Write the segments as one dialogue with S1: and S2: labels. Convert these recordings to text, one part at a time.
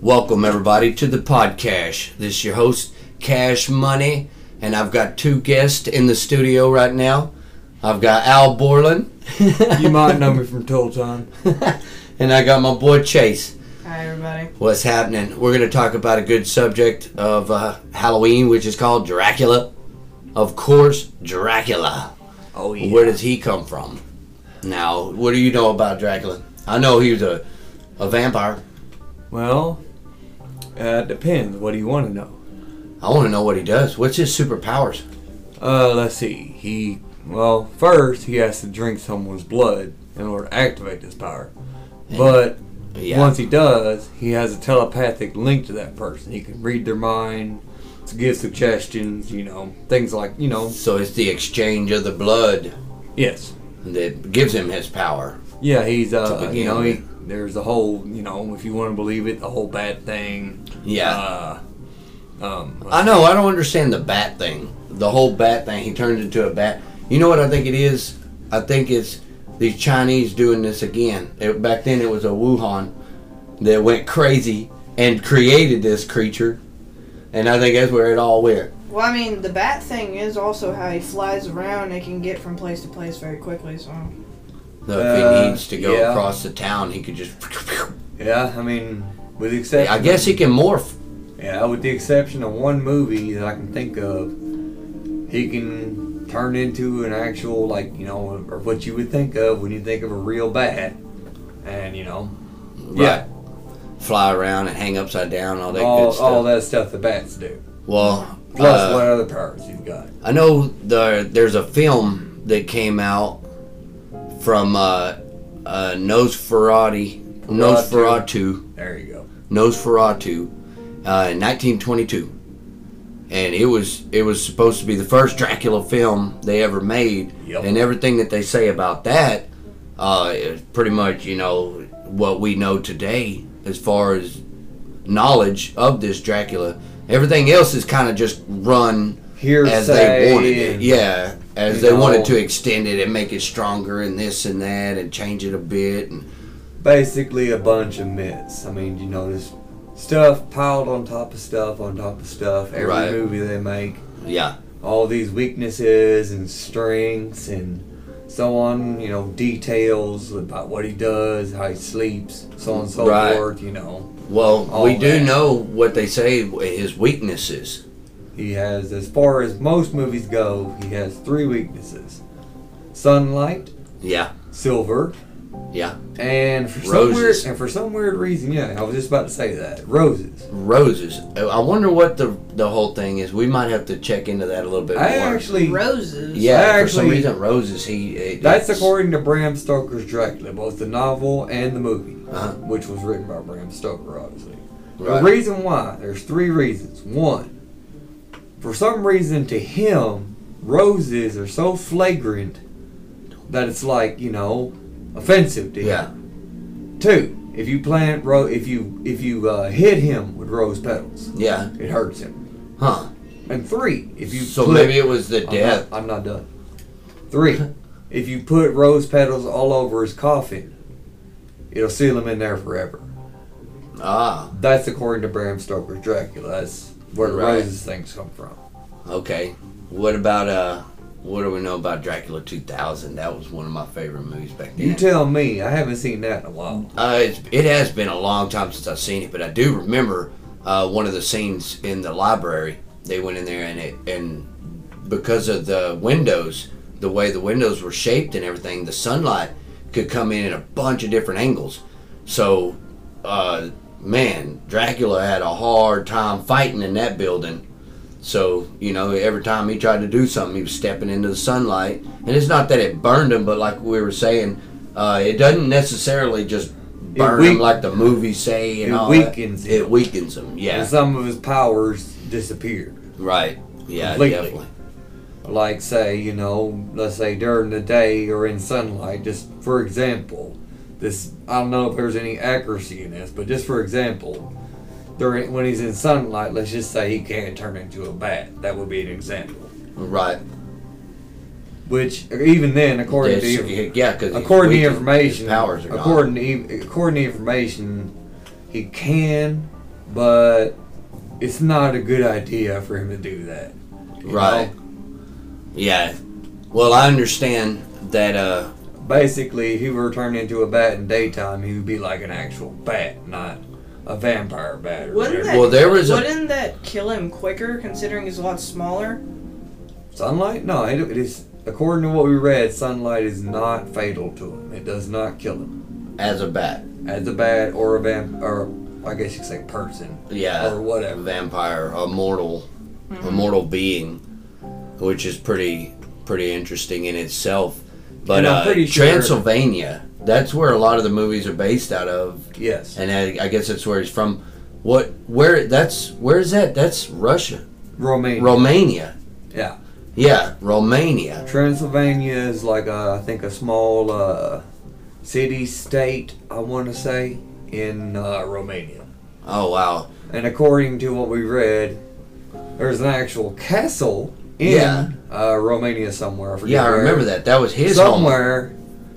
S1: Welcome, everybody, to the podcast. This is your host, Cash Money, and I've got two guests in the studio right now. I've got Al Borland,
S2: You might know me from Toll Time.
S1: and I got my boy Chase.
S3: Hi, everybody.
S1: What's happening? We're going to talk about a good subject of uh, Halloween, which is called Dracula. Of course, Dracula.
S2: Oh
S1: Where does he come from? Now, what do you know about Dracula? I know he was a, a vampire.
S2: Well, uh, it depends. What do you want to know?
S1: I want to know what he does. What's his superpowers?
S2: Uh, let's see. He well, first he has to drink someone's blood in order to activate this power. But
S1: Yeah.
S2: once he does, he has a telepathic link to that person. He can read their mind, give suggestions. You know, things like you know.
S1: So it's the exchange of the blood
S2: Yes.
S1: that gives him his power.
S2: Yeah. He's
S1: To
S2: uh.
S1: begin
S2: You know. He, there's a whole. You know, if you want to believe it, the whole bad thing.
S1: Yeah.
S2: Uh, um.
S1: I know. I don't understand the bat thing. The whole bat thing. He turned into a bat. You know what I think it is? I think it's these Chinese doing this again. It, back then, it was a Wuhan that went crazy and created this creature, and I think that's where it all went.
S3: Well, I mean, the bat thing is also how he flies around and can get from place to place very quickly, so.
S1: So if
S2: Uh,
S1: he needs to go
S2: yeah.
S1: across the town, he could just.
S2: Yeah, I mean, with the exception,
S1: I guess he can morph.
S2: Yeah, with the exception of one movie that I can think of, he can turn into an actual like you know, or what you would think of when you think of a real bat, and you know, yeah,
S1: Fly around and hang upside down, all that
S2: all,
S1: good stuff.
S2: all that stuff the bats do.
S1: Well,
S2: Plus,
S1: uh,
S2: what other powers you've got?
S1: I know the, there's a film that came out from uh, uh, Nosferatu, Nosferatu,
S2: There you go.
S1: Nosferatu, uh, in 1922, and it was it was supposed to be the first Dracula film they ever made,
S2: Yep.
S1: and everything that they say about that uh, is pretty much you know what we know today as far as knowledge of this Dracula. Everything else is kind of just run
S2: Hearsay.
S1: as they wanted it.
S2: and-
S1: Yeah, as
S2: you
S1: they wanted
S2: know.
S1: to extend it and make it stronger and this and that and change it a bit. And
S2: basically a bunch of myths. I mean, you know, this stuff piled on top of stuff on top of stuff. Every
S1: Right.
S2: movie they make,
S1: yeah,
S2: all these weaknesses and strengths and so on. You know, details about what he does, how he sleeps, so on and so
S1: Right.
S2: forth. You know,
S1: well,
S2: All
S1: we do
S2: that.
S1: know what they say his weaknesses.
S2: he has, as far as most movies go, he has three weaknesses: sunlight,
S1: Yeah,
S2: silver.
S1: yeah,
S2: And for some weird
S1: Roses.
S2: and for some weird reason, yeah, I was just about to say that roses.
S1: roses. I I wonder what the the whole thing is. We might have to check into that a little bit
S2: I
S1: more.
S2: actually
S3: Roses?
S1: yeah,
S2: I
S1: for some
S2: actually-
S1: reason, roses. He it,
S2: That's
S1: it's-
S2: according to Bram Stoker's Dracula, both the novel and the movie,
S1: Uh-huh.
S2: which was written by Bram Stoker, obviously.
S1: Right.
S2: The reason why, there's three reasons. One, for some reason to him, roses are so flagrant that it's like, you know, offensive to
S1: Yeah,
S2: him. Two, if you plant ro- if you if you uh, hit him with rose petals,
S1: yeah,
S2: it hurts him.
S1: huh?
S2: And three, if you Uh-huh.
S1: so
S2: put-
S1: maybe it was the
S2: I'm
S1: death.
S2: not- I'm not done. Three, if you put rose petals all over his coffin, it'll seal him in there forever.
S1: Ah,
S2: That's according to Bram Stoker's Dracula. That's where the
S1: Right.
S2: roses things come from.
S1: okay. What about uh? What do we know about Dracula 2000? That was one of my favorite movies back then.
S2: You tell me. I haven't seen that in a while.
S1: Uh, it's, it has been a long time since I've seen it, but I do remember uh, one of the scenes in the library. They went in there and it and because of the windows, the way the windows were shaped and everything, the sunlight could come in at a bunch of different angles. So, uh, man, Dracula had a hard time fighting in that building. So you know, every time he tried to do something, he was stepping into the sunlight. And it's not that it burned him, but like we were saying, uh, it doesn't necessarily just burn him
S2: weak-
S1: like the movies say. And
S2: it
S1: all
S2: weakens
S1: that.
S2: him.
S1: It weakens him.
S2: And
S1: Yeah.
S2: some of his powers disappeared.
S1: Right. Yeah.
S2: Completely.
S1: Definitely.
S2: Like, say, you know, let's say during the day or in sunlight, just for example, this, I don't know if there's any accuracy in this, but just for example, during, when he's in sunlight, let's just say he can't turn into a bat. That would be an example.
S1: Right.
S2: Which, even then, according
S1: It's-
S2: to the,
S1: yeah, because
S2: according to the information,
S1: powers are gone.
S2: according to, according to information, he can but it's not a good idea for him to do that. you
S1: Right.
S2: know?
S1: Yeah. Well, I understand that. Uh,
S2: Basically, if he were turned into a bat in daytime, he would be like an actual bat, not a vampire bat. Or
S3: Wouldn't
S2: whatever.
S3: that,
S1: Well, there was a-
S3: wouldn't that kill him quicker considering he's a lot smaller?
S2: Sunlight? No, it, it is. According to what we read, sunlight is not fatal to him. It does not kill him.
S1: as a bat,
S2: As a bat or a vamp, or I guess you could say person
S1: yeah,
S2: or
S1: a
S2: whatever.
S1: vampire, a mortal, a mortal being, which is pretty pretty interesting in itself. But
S2: And I'm
S1: uh,
S2: pretty sure-
S1: Transylvania, that's where a lot of the movies are based out of,
S2: Yes.
S1: and I, I guess that's where he's from. What? Where? That's where is that? That's Russia,
S2: Romania.
S1: Romania.
S2: yeah.
S1: Yeah, Romania.
S2: Transylvania is like a, I think a small uh, city state. I want to say in uh, Romania.
S1: Oh wow.
S2: And according to what we read, there's an actual castle in
S1: Yeah.
S2: uh, Romania somewhere. forget
S1: Yeah, I
S2: where.
S1: remember that. That was his home.
S2: somewhere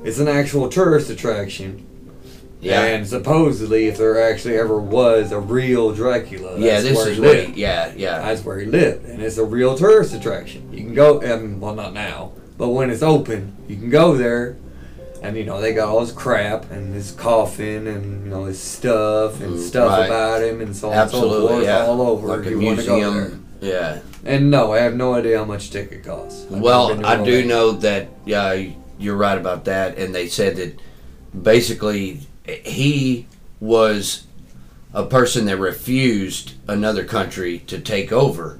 S2: it's an actual tourist attraction.
S1: Yeah.
S2: And supposedly, if there actually ever was a real Dracula,
S1: yeah,
S2: that's
S1: this
S2: where
S1: is
S2: he
S1: what
S2: lived.
S1: he, yeah, yeah.
S2: That's where he lived, and it's a real tourist attraction. You can go, um, well, not now, but when it's open, you can go there, and you know they got all his crap and his coffin and you know his stuff and
S1: Mm,
S2: stuff
S1: right.
S2: about him and so on and so
S1: Absolutely,
S2: forth
S1: yeah.
S2: all over.
S1: Like
S2: if
S1: a
S2: you want to go there.
S1: museum. Yeah.
S2: And no, I have no idea how much ticket costs. I've never been
S1: Well,
S2: to
S1: I do
S2: Romania.
S1: know that. Yeah, you're right about that. And they said that basically he was a person that refused another country to take over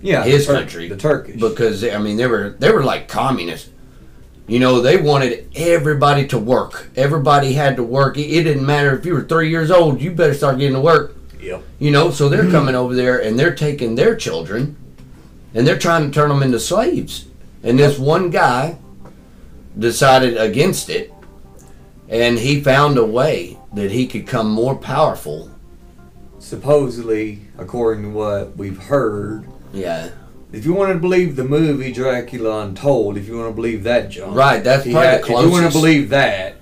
S2: Yeah,
S1: his
S2: the Tur-
S1: country.
S2: the Turkish.
S1: because I mean they were they were like communists. You know, they wanted everybody to work. Everybody had to work. It, it didn't matter if you were three years old. You better start getting to work.
S2: Yep.
S1: You know, so
S2: Mm-hmm.
S1: they're coming over there and they're taking their children and they're trying to turn them into slaves. And this one guy decided against it and he found a way that he could come more powerful.
S2: supposedly, according to what we've heard,
S1: Yeah.
S2: if you want to believe the movie Dracula Untold, if you want to believe that, John,
S1: Right, that's
S2: he
S1: probably
S2: had-
S1: the
S2: If you want to
S1: closest.
S2: believe that,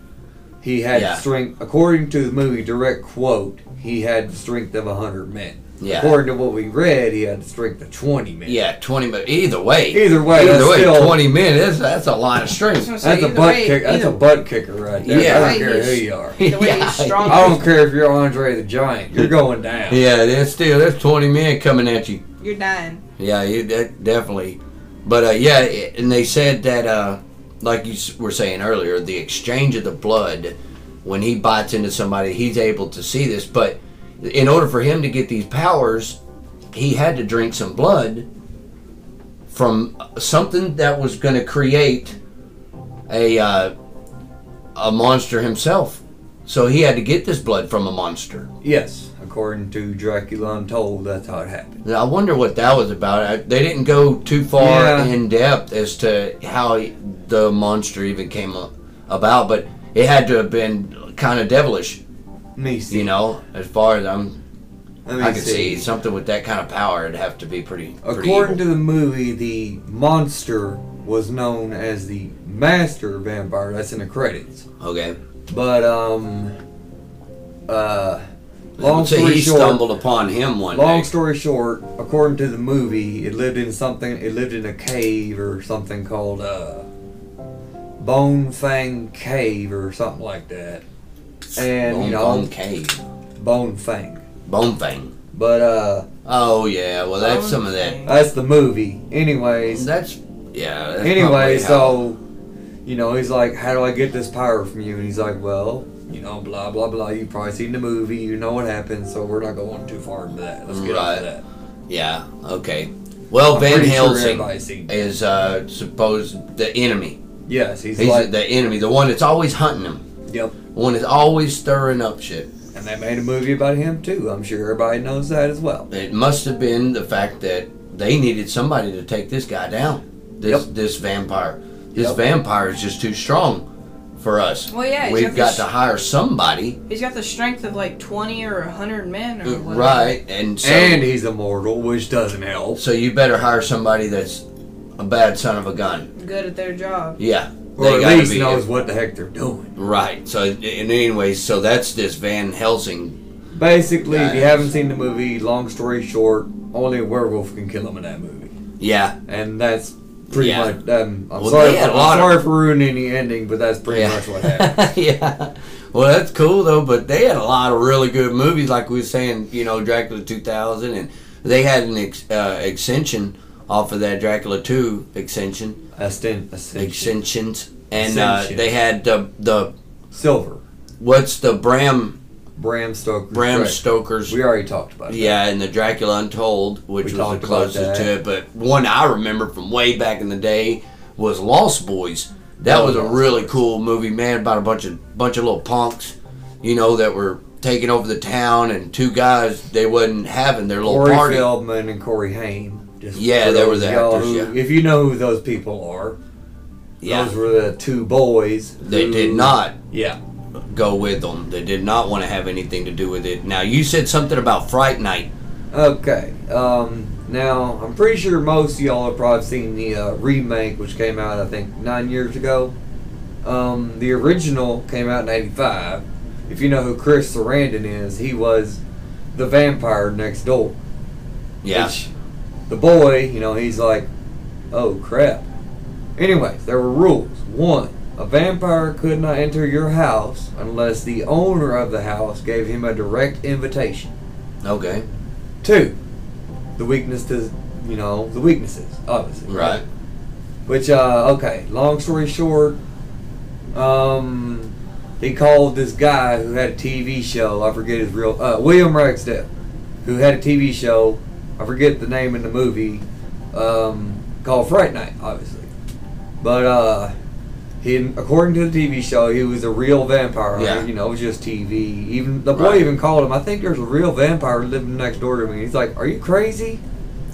S2: he had
S1: Yeah.
S2: strength. According to the movie, direct quote, he had the strength of hundred men.
S1: Yeah.
S2: According to what we read, he had the strength of twenty men.
S1: Yeah, 20 minutes. Either way.
S2: Either way,
S1: Either
S2: that's
S1: way,
S2: still-
S1: 20 minutes, that's a lot of
S3: I was gonna
S1: strength.
S3: say,
S2: That's a
S3: either
S2: butt
S3: way-
S2: kick. That's a
S3: either-
S2: butt kicker right there.
S1: Yeah.
S2: I don't
S1: Either
S3: way
S2: care who
S3: he's-
S2: you are.
S3: The way he's strong.
S2: I
S1: Oh.
S2: don't care if you're Andre the Giant. You're going down.
S1: Yeah, that's still, that's 20 men coming at you.
S3: You're dying.
S1: Yeah, you, that definitely. But uh, yeah, it- and they said that, uh, like you s- were saying earlier, the exchange of the blood, when he bites into somebody, he's able to see this. But in order for him to get these powers, he had to drink some blood from something that was going to create a uh, a monster himself. So he had to get this blood from a monster.
S2: Yes. According to Dracula Untold, that's how it happened.
S1: And I wonder what that was about. I, they didn't go too far
S2: Yeah.
S1: in depth as to how he- the monster even came a- about, but it had to have been kind of devilish,
S2: Me see.
S1: you know. As far as I'm,
S2: Let me
S1: I can see something with that kind of power, it'd have to be pretty. pretty
S2: According to
S1: evil.
S2: the movie, the monster was known as the Master Vampire. That's in the credits.
S1: okay,
S2: But um, uh, long
S1: long so
S2: story
S1: he
S2: short,
S1: stumbled upon him one
S2: long
S1: day.
S2: story short, according to the movie, it lived in something. It lived in a cave or something called uh, Bone Fang Cave or something like that. And
S1: bone,
S2: you know,
S1: bone cave,
S2: Bone Fang.
S1: bone thing.
S2: But uh,
S1: Oh yeah, well that's some of that.
S2: that's the movie. Anyways,
S1: That's yeah. That's
S2: anyway,
S1: probably how-
S2: so you know, he's like, "How do I get this power from you?" And he's like, "Well, you know, blah blah blah. You've probably seen the movie. You know what happens. So we're not going too far into that. Let's get off
S1: Right.
S2: of that."
S1: yeah, okay. Well,
S2: I'm
S1: Van
S2: pretty sure
S1: Helsing.
S2: everybody's seen that.
S1: is uh supposed the enemy.
S2: Yes, he's,
S1: He's
S2: like,
S1: the enemy, the one that's always hunting him,
S2: "Yep."
S1: the one that's always stirring up shit.
S2: And they made a movie about him too. I'm sure everybody knows that as well.
S1: It must have been the fact that they needed somebody to take this guy down. This this vampire. This
S2: Yep.
S1: vampire is just too strong for us.
S3: Well, yeah, he's
S1: we've
S3: got
S1: got
S3: this-
S1: to hire somebody,
S3: He's got the strength of like 20 or 100 men or whatever.
S1: Uh, right? And so,
S2: and he's immortal, which doesn't help.
S1: so you better hire somebody that's a bad son of a gun.
S3: Good at their job.
S1: Yeah,
S2: Or
S1: they
S2: at
S1: gotta
S2: least
S1: be-
S2: knows what the heck they're doing.
S1: Right. So, and anyways, so that's this Van Helsing
S2: Basically, if you
S1: Yes.
S2: haven't seen the movie, long story short, only a werewolf can kill him in that movie.
S1: Yeah,
S2: And that's pretty
S1: Yeah.
S2: much. Um, I'm
S1: Well,
S2: sorry,
S1: they had
S2: I'm
S1: a lot of-
S2: sorry for ruining the ending, but that's pretty much what happened.
S1: yeah. yeah. Well, that's cool though. But they had a lot of really good movies, like we were saying. You know, Dracula 2000, and they had an ex- uh, extension off of that Dracula 2 extension,
S2: Ascen- Ascension.
S1: extensions, and uh,
S2: Ascension.
S1: they had the the
S2: Silver.
S1: what's the Bram
S2: Bram Stoker.
S1: Bram
S2: Correct.
S1: Stoker's.
S2: We already talked about that.
S1: Yeah, and the Dracula Untold, which was
S2: We talked
S1: the
S2: about
S1: closest
S2: that.
S1: to it. But one I remember from way back in the day was Lost Boys. That
S2: Oh,
S1: was a
S2: Lost
S1: really
S2: Boys.
S1: cool movie, man, about a bunch of bunch of little punks, you know, that were taking over the town, and two guys they wasn't having their little
S2: Corey
S1: party.
S2: Feldman and Corey Haim. Just
S1: Yeah,
S2: for
S1: they were
S2: those
S1: the
S2: of y'all
S1: actors,
S2: who- If you know who those people are,
S1: Yeah,
S2: those were the two boys.
S1: they
S2: who-
S1: did not
S2: Yeah.
S1: go with them. They did not want to have anything to do with it. Now you said something about Fright Night.
S2: Okay. Um, now I'm pretty sure most of y'all have probably seen the uh, remake, which came out I think nine years ago. Um, the original came out in '85. If you know who Chris Sarandon is, he was the vampire next door.
S1: Yeah,
S2: Which the boy, you know, he's like, oh crap. Anyways, there were rules. One, a vampire could not enter your house unless the owner of the house gave him a direct invitation.
S1: okay,
S2: Two, the weakness to, you know, the weaknesses, obviously.
S1: right.
S2: Which, uh, okay, long story short, um, he called this guy who had a TV show, I forget his real, uh, William Ragsdale, who had a TV show, I forget the name in the movie, um, called Fright Night, obviously. But, uh, he, according to the TV show, he was a real vampire.
S1: Yeah.
S2: You know, it was just TV. Even the boy
S1: Right.
S2: even called him. I think there's a real vampire living next door to me. He's like, "Are you crazy?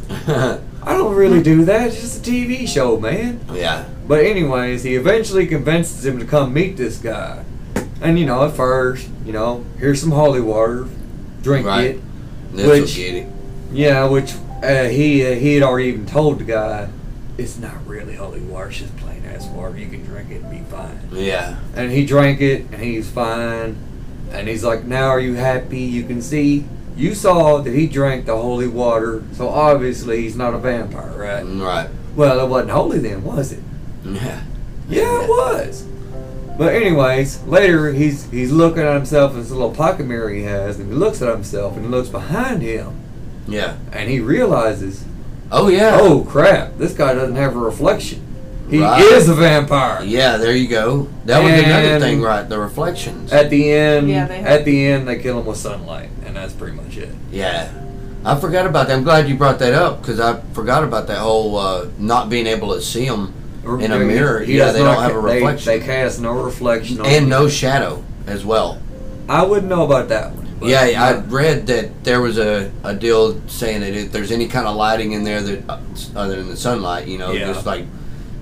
S2: I don't
S1: Hmm.
S2: really do that. It's just a TV show, man."
S1: yeah,
S2: But anyways, he eventually convinces him to come meet this guy. And you know, at first, you know, here's some holy water, drink
S1: Right.
S2: it.
S1: this will
S2: Which-
S1: get it.
S2: Yeah, which uh, he uh, he had already even told the guy, it's not really holy water, it's just plain ass water. You can drink it and be fine.
S1: Yeah,
S2: And he drank it, and he's fine. And he's like, now are you happy? You can see. You saw that he drank the holy water, so obviously he's not a vampire, right?
S1: Mm, right.
S2: Well, it wasn't holy then, was it?
S1: Yeah.
S2: Yeah,
S1: Yeah.
S2: it was. But anyways, later he's he's looking at himself in this little pocket mirror he has, and he looks at himself and he looks behind him,
S1: Yeah.
S2: and he realizes,
S1: Oh yeah.
S2: oh crap, this guy doesn't have a reflection. He
S1: Right.
S2: is a vampire.
S1: Yeah, there you go. That was another
S2: And- Eh.
S1: thing, right? The reflections.
S2: At the end,
S3: Yeah, they-
S2: at the end, they kill him with sunlight, and that's pretty much it.
S1: yeah, I forgot about that. I'm glad you brought that up because I forgot about that whole uh, not being able to see them in a mirror. yeah,
S2: does
S1: they
S2: not
S1: don't have a
S2: ca- they-
S1: reflection
S2: They, cast no reflection. on
S1: and
S2: him.
S1: no shadow as well.
S2: I wouldn't know about that one. but-
S1: yeah, I read that there was a, a deal saying that if there's any kind of lighting in there that uh, other than the sunlight, you know,
S2: Yeah.
S1: just like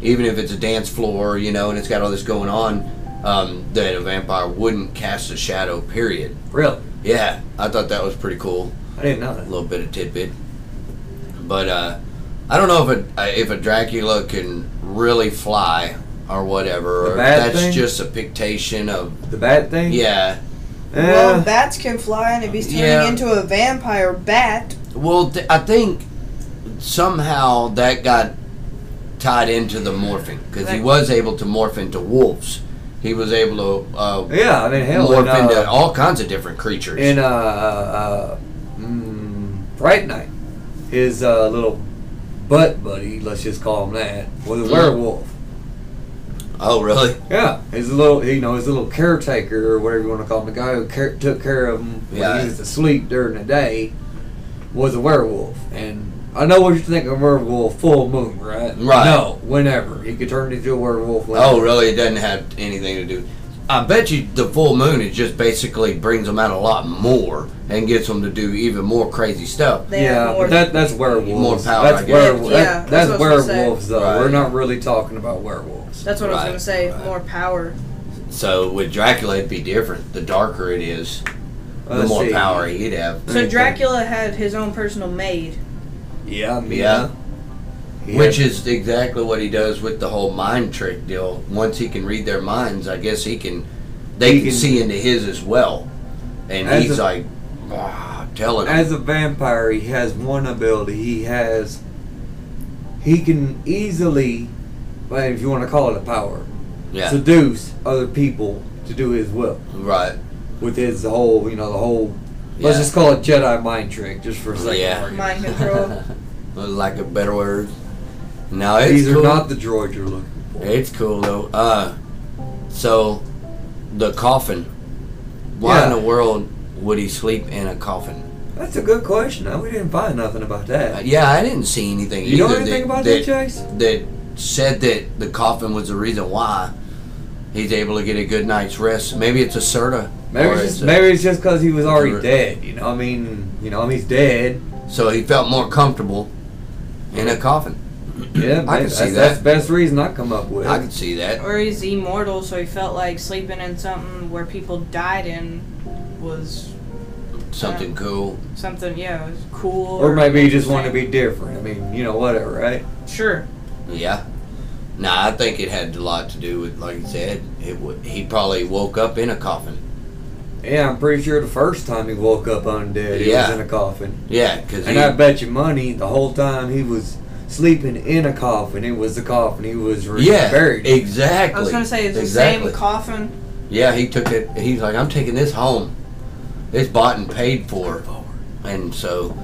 S1: even if it's a dance floor, you know, and it's got all this going on, um, that a vampire wouldn't cast a shadow. Period.
S2: really,
S1: Yeah, I thought that was pretty cool.
S2: I didn't know
S1: A
S2: that.
S1: little bit of tidbit, but uh, I don't know if a uh, if a Dracula can really fly or whatever.
S2: The
S1: Or
S2: bad
S1: that's
S2: thing?
S1: just a pictation of
S2: The bat thing.
S1: yeah.
S2: Eh,
S3: Well, bats can fly, and if he's turning
S1: Yeah.
S3: into a vampire bat,
S1: Well, th- I think somehow that got tied into the morphing because he
S3: Right.
S1: was able to morph into wolves. He was able to uh,
S2: yeah. I mean, hell,
S1: morph
S2: and, uh,
S1: into all kinds of different creatures.
S2: in uh, uh mm, Fright Night, his uh, little butt buddy, let's just call him that, was a
S1: Mm.
S2: werewolf.
S1: oh, really?
S2: Yeah, his little, you know, his little caretaker or whatever you want to call him, the guy who care, took care of him when
S1: Yeah.
S2: he was asleep during the day, was a werewolf. And I know what you think of werewolf, full moon, right?
S1: Right.
S2: No, whenever he could turn into a werewolf. Whenever.
S1: Oh, really? It doesn't have anything to do. I bet you the full moon it just basically brings them out a lot more and gets them to do even more crazy stuff.
S3: they
S2: yeah,
S3: have more.
S2: but that, that's werewolves.
S1: More power, I
S2: That's
S1: guess.
S2: werewolves.
S3: Yeah,
S2: that,
S3: that's
S2: that's,
S3: what I was gonna say.
S2: werewolves, though. We're
S1: Right.
S2: not really talking about werewolves.
S3: that's what I was
S1: Right,
S3: gonna say.
S1: right.
S3: More power.
S1: So with Dracula, it'd be different. The darker it is, the
S2: Let's
S1: more
S2: see.
S1: power he'd have.
S3: So
S2: Anything.
S3: Dracula had his own personal maid.
S1: Yeah.
S2: Yeah, Mina.
S1: Which is exactly what he does with the whole mind trick deal. Once he can read their minds, I guess he can. They
S2: He
S1: can,
S2: can-
S1: see into his as well, and
S2: As
S1: he's
S2: a-
S1: like, Ah, I'm telling you.
S2: As a vampire, he has one ability. He has. He can easily, well, if you want to call it a power,
S1: Yeah.
S2: seduce other people to do his will
S1: right.
S2: with his whole, you know, the whole. Let's
S1: Yeah.
S2: just call it Jedi mind trick, just for a second.
S1: Yeah.
S3: Mind control.
S1: Like a better word. No, it's
S2: These
S1: cool.
S2: are not the droid you're looking for.
S1: It's cool though. Uh, so the coffin. Why in
S2: Yeah.
S1: the world would he sleep in a coffin?
S2: That's a good question. Now we didn't find nothing about
S1: Uh,
S2: that.
S1: yeah, I didn't see anything.
S2: You know
S1: either
S2: anything about
S1: that,
S2: that, Chase?
S1: that said that the coffin was the reason why he's able to get a good night's rest. Maybe it's a Serta.
S2: Maybe
S1: or
S2: it's just
S1: a-
S2: maybe it's just because he was already
S1: Or-
S2: dead. You know, I mean, you know, I mean, he's dead.
S1: So he felt more comfortable in a coffin.
S2: Yeah,
S1: I can
S2: that's,
S1: see
S2: that's
S1: that.
S2: the best reason I come up with.
S1: I could see that.
S3: or he's immortal, so he felt like sleeping in something where people died in was
S1: Something cool.
S3: something, yeah, it was cool.
S2: or maybe you just want to be
S3: interesting.
S2: different. I mean, you know, whatever, right?
S3: Sure.
S1: Yeah. Nah, I think it had a lot to do with, like you said, it w- he probably woke up in a coffin.
S2: Yeah, I'm pretty sure the first time he woke up undead, he
S1: Yeah.
S2: was in a coffin.
S1: Yeah, because
S2: And I bet you money, the whole time he was sleeping in a coffin, it was the coffin he was re-
S1: yeah,
S2: buried. in.
S1: exactly.
S3: I was gonna say it's
S1: exactly.
S3: the same coffin.
S1: Yeah, he took it. He's like, I'm taking this home. It's bought and paid for, and so.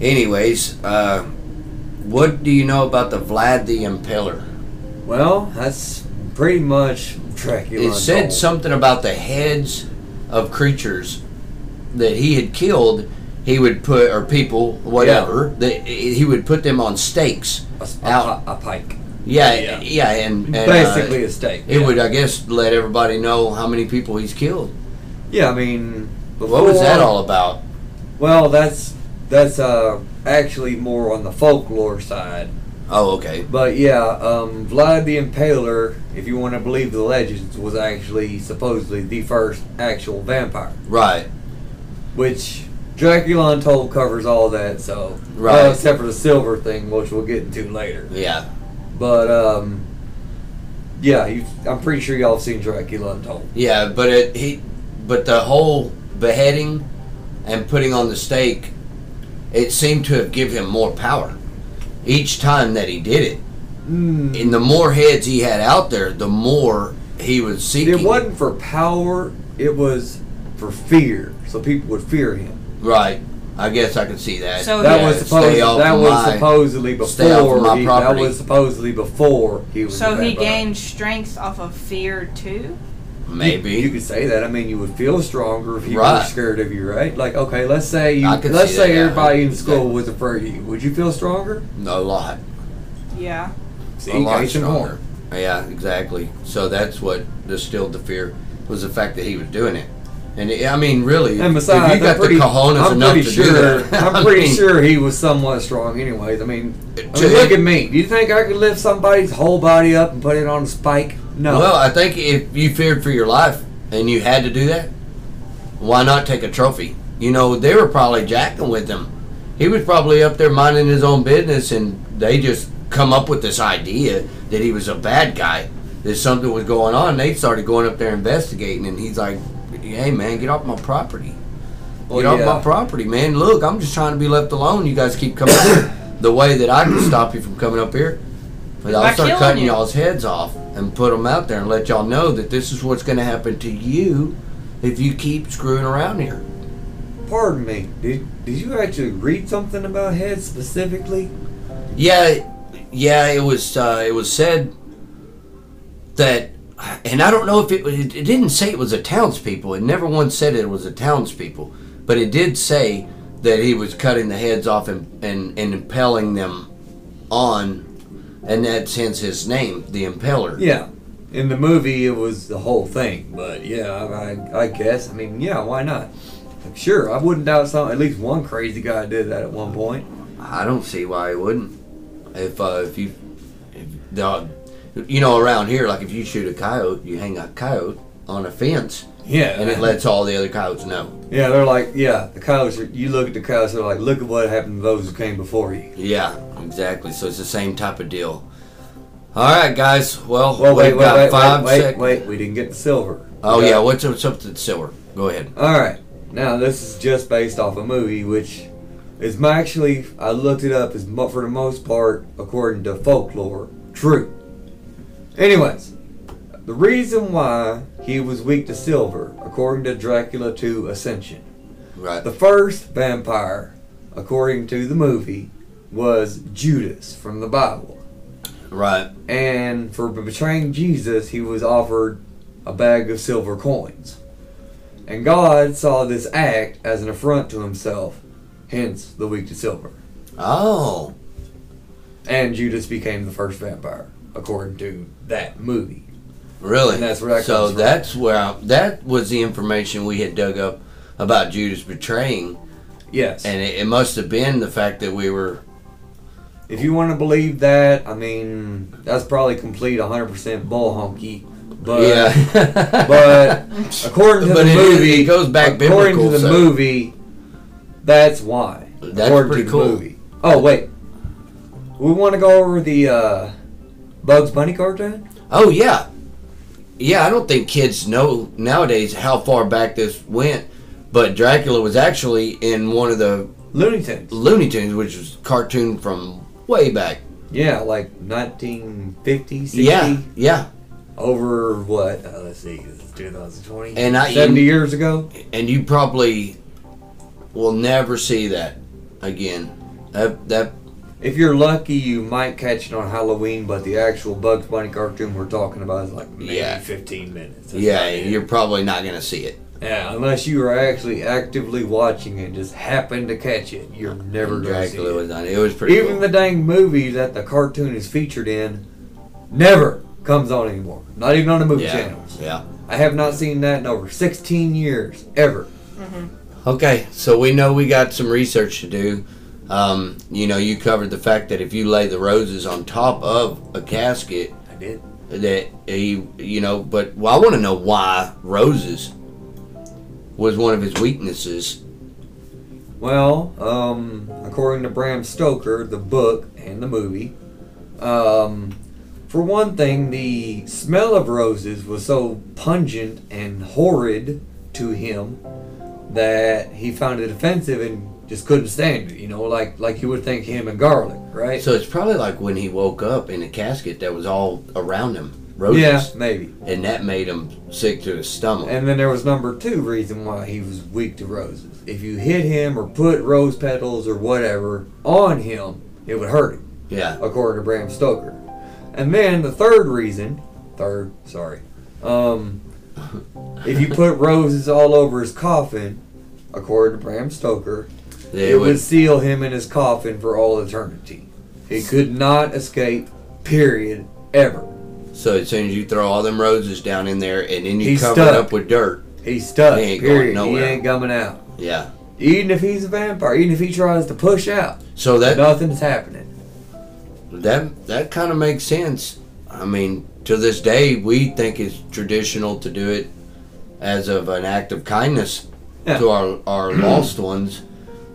S1: Anyways, uh, what do you know about the Vlad the Impaler?
S2: Well, that's pretty much Dracula.
S1: It said
S2: told.
S1: something about the heads of creatures that he had killed. He would put or people, whatever. That he would put them on stakes.
S2: a, s- a
S1: out.
S2: pi- a pike,
S1: Yeah,
S2: Yeah.
S1: yeah, and, and uh,
S2: basically a stake.
S1: It would, uh, I guess, let everybody know how many people he's killed.
S2: Yeah, I mean,
S1: What was that
S2: before-
S1: all about?
S2: Well, that's that's uh actually more on the folklore side.
S1: Oh, okay.
S2: But yeah, um, Vlad the Impaler, if you want to believe the legends, was actually supposedly the first actual vampire,
S1: Right.
S2: which Dracula Untold covers all that. So,
S1: Right.
S2: well, except for the silver thing, which we'll get into later.
S1: Yeah.
S2: But um, yeah, you I'm pretty sure y'all have seen Dracula Untold.
S1: Yeah, but it he but the whole beheading and putting on the stake it seemed to have given him more power each time that he did it.
S2: Mm,
S1: And the more heads he had out there, the more he was seeking.
S2: it wasn't for power; it was for fear. So people would fear him.
S1: right. I guess I can see that.
S3: So
S2: That
S3: Yeah,
S2: was supposed.
S1: Oh, stay off
S2: That was
S1: my-
S2: supposedly
S1: stay off
S2: before.
S1: my
S2: He, that
S1: property.
S2: was supposedly before he was.
S3: So
S2: a
S3: he
S2: vampire.
S3: gained strength off of fear too.
S1: maybe.
S2: you, you could say that. I mean, you would feel stronger if you were
S1: Right.
S2: scared of you, right? Like, okay, let's say you.
S1: I could
S2: Let's
S1: see
S2: say
S1: that, yeah.
S2: everybody in
S1: Exactly.
S2: school was afraid of you. Would you feel stronger?
S1: a lot.
S3: Yeah.
S2: See,
S1: a lot
S2: gain some more.
S1: stronger. Yeah, exactly. So that's what distilled the fear was the fact that he was doing it. And it- I mean, really,
S2: And
S1: if
S2: besides,
S1: you got
S2: I'm pretty,
S1: the cojones
S2: I'm
S1: enough to
S2: pretty
S1: do
S2: sure.
S1: that, I
S2: I'm pretty
S1: mean,
S2: sure he was somewhat strong, anyways. I mean, I mean,
S1: to-
S2: look at me. Do you think I could lift somebody's whole body up and put it on a spike? No.
S1: Well, I think if you feared for your life and you had to do that, why not take a trophy? You know, they were probably jacking with him. He was probably up there minding his own business, and they just come up with this idea that he was a bad guy, that something was going on. They started going up there investigating, and he's like, "Hey, man, get off my property."
S2: Well,
S1: get off
S2: Oh, yeah.
S1: my property, man. Look, I'm just trying to be left alone. You guys keep coming up here. The way that I can stop you from coming up here is
S3: By
S1: I'll start
S3: killing
S1: cutting
S3: you.
S1: y'all's heads off and put them out there and let y'all know that this is what's going to happen to you if you keep screwing around here.
S2: Pardon me. Did did you actually read something about heads specifically?
S1: Yeah, yeah. It was uh, it was said that, and I don't know if it was- it didn't say it was a townspeople. It never once said it was a townspeople, but it did say that he was cutting the heads off and and, and impaling them on, and that's hence his name, the Impeller.
S2: Yeah. In the movie, it was the whole thing, but yeah, I, I- I guess. I mean, yeah, why not? Sure, I wouldn't doubt some. At least one crazy guy did that at one point.
S1: I don't see why he wouldn't. If uh, if you, if the, you know, around here, like if you shoot a coyote, you hang a coyote on a fence,
S2: Yeah,
S1: and it lets all the other coyotes know.
S2: yeah, they're like, yeah, the cows. Are, you look at the cows, they're like, look at what happened to those who came before you.
S1: Yeah, exactly. So it's the same type of deal. All right, guys. Well,
S2: Well, wait,
S1: we've
S2: wait,
S1: got
S2: wait,
S1: five
S2: wait,
S1: sec-
S2: wait, wait. We didn't get the silver.
S1: Oh
S2: We
S1: yeah,
S2: got-
S1: what's up, something silver? Go ahead.
S2: All right. Now this is just based off a movie, which is mo- actually I looked it up. Is mo- for the most part, according to folklore, true. Anyways, the reason why he was weak to silver, according to Dracula 2 Ascension,
S1: Right.
S2: the first vampire, according to the movie, was Judas from the Bible.
S1: Right.
S2: And for betraying Jesus, he was offered a bag of silver coins. And God saw this act as an affront to himself, hence the weak to silver.
S1: Oh.
S2: And Judas became the first vampire, according to that movie.
S1: Really?
S2: And that's where that
S1: so
S2: comes from.
S1: that's where I, that was the information we had dug up about Judas betraying,
S2: Yes.
S1: and it, it must have been the fact that we were
S2: If you want to believe that, I mean, that's probably complete 100% bull honky. But,
S1: yeah,
S2: but according to
S1: But
S2: the
S1: it-
S2: movie,
S1: it goes back
S2: according
S1: biblical,
S2: to the
S1: so-
S2: movie, that's why.
S1: That's
S2: according
S1: pretty
S2: to the
S1: cool.
S2: movie. Oh wait, we want to go over the uh, Bugs Bunny cartoon.
S1: oh yeah, yeah. I don't think kids know nowadays how far back this went, but Dracula was actually in one of the
S2: Looney Tunes.
S1: Looney Tunes, which was a cartoon from way back.
S2: Yeah, like 1950, 60.
S1: Yeah, yeah.
S2: Over what? Uh, let's see, this is 2020.
S1: And I-
S2: 70 years ago.
S1: and you probably will never see that again. That that
S2: If you're lucky, you might catch it on Halloween, but the actual Bugs Bunny cartoon we're talking about is like maybe
S1: Yeah.
S2: 15 minutes. That's
S1: yeah,
S2: about it.
S1: you're probably not gonna see it.
S2: Yeah, unless you are actually actively watching it, just happen to catch it, you're never going to see
S1: Dracula was
S2: it.
S1: on. It was pretty.
S2: Even
S1: cool.
S2: the dang movie that the cartoon is featured in never comes on anymore. Not even on the movie
S1: yeah,
S2: channels.
S1: yeah.
S2: I have not seen that in over 16 years, ever.
S1: Okay, so we know we got some research to do. Um, you know, you covered the fact that if you lay the roses on top of a casket,
S2: I did.
S1: that he, you know, but well, I want to know why roses was one of his weaknesses.
S2: Well, um, according to Bram Stoker, the book and the movie, um, for one thing, the smell of roses was so pungent and horrid to him that he found it offensive and just couldn't stand it. You know, like like you would think him and garlic, right?
S1: So it's probably like when he woke up in a casket that was all around him, roses.
S2: yeah, maybe.
S1: and that made him sick to his stomach.
S2: And then there was number two reason why he was weak to roses. If you hit him or put rose petals or whatever on him, it would hurt him.
S1: yeah,
S2: according to Bram Stoker. And then the third reason, third, sorry, um, if you put roses all over his coffin, according to Bram Stoker,
S1: they
S2: it, would,
S1: would.
S2: seal him in his coffin for all eternity. He could not escape, period, ever.
S1: So as soon as you throw all them roses down in there, and then you
S2: He's
S1: cover it
S2: stuck.
S1: up with dirt.
S2: He's stuck,
S1: He ain't going
S2: period. He
S1: nowhere.
S2: ain't coming out.
S1: Yeah.
S2: Even if he's a vampire, even if he tries to push out,
S1: So that
S2: nothing's happening.
S1: that that kind of makes sense. I mean, to this day, we think it's traditional to do it as of an act of kindness
S2: Yeah.
S1: to our our lost ones,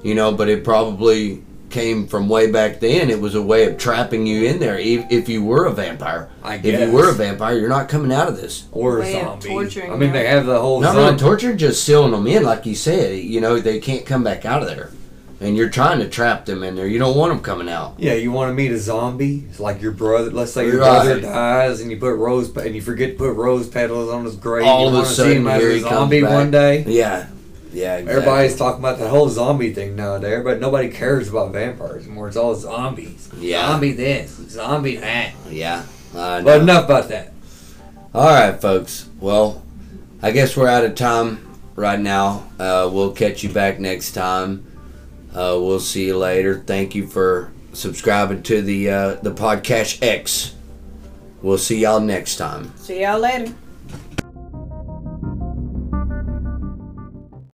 S1: you know. But it probably came from way back then. It was a way of trapping you in there. If, if you were a vampire,
S2: I
S1: if you
S2: guess.
S1: were a vampire, you're not coming out of this.
S2: Or a
S3: Way of
S2: zombie.
S3: torturing
S2: I mean,
S3: them.
S2: they have the whole
S1: No,
S2: zombie.
S1: no, torture just sealing them in, like you said. You know, they can't come back out of there, and you're trying to trap them in there. You don't want them coming out.
S2: Yeah, you want to meet a zombie? It's like your brother. Let's say your
S1: Right.
S2: brother dies, and you put rose pe- and you forget to put rose petals on his grave.
S1: All
S2: you
S1: of a
S2: wanna see
S1: sudden,
S2: him as
S1: here
S2: a
S1: he comes
S2: zombie
S1: back.
S2: one day.
S1: Yeah, yeah. Exactly.
S2: Everybody's talking about the whole zombie thing nowadays, but nobody cares about vampires anymore. It's all zombies.
S1: Yeah.
S2: Zombie this, zombie that.
S1: Yeah. I
S2: But
S1: know.
S2: enough about that.
S1: All right, folks. Well, I guess we're out of time right now. Uh, we'll catch you back next time. Uh, we'll see you later. Thank you for subscribing to the uh, the podcast X. We'll see y'all next time.
S3: See y'all later.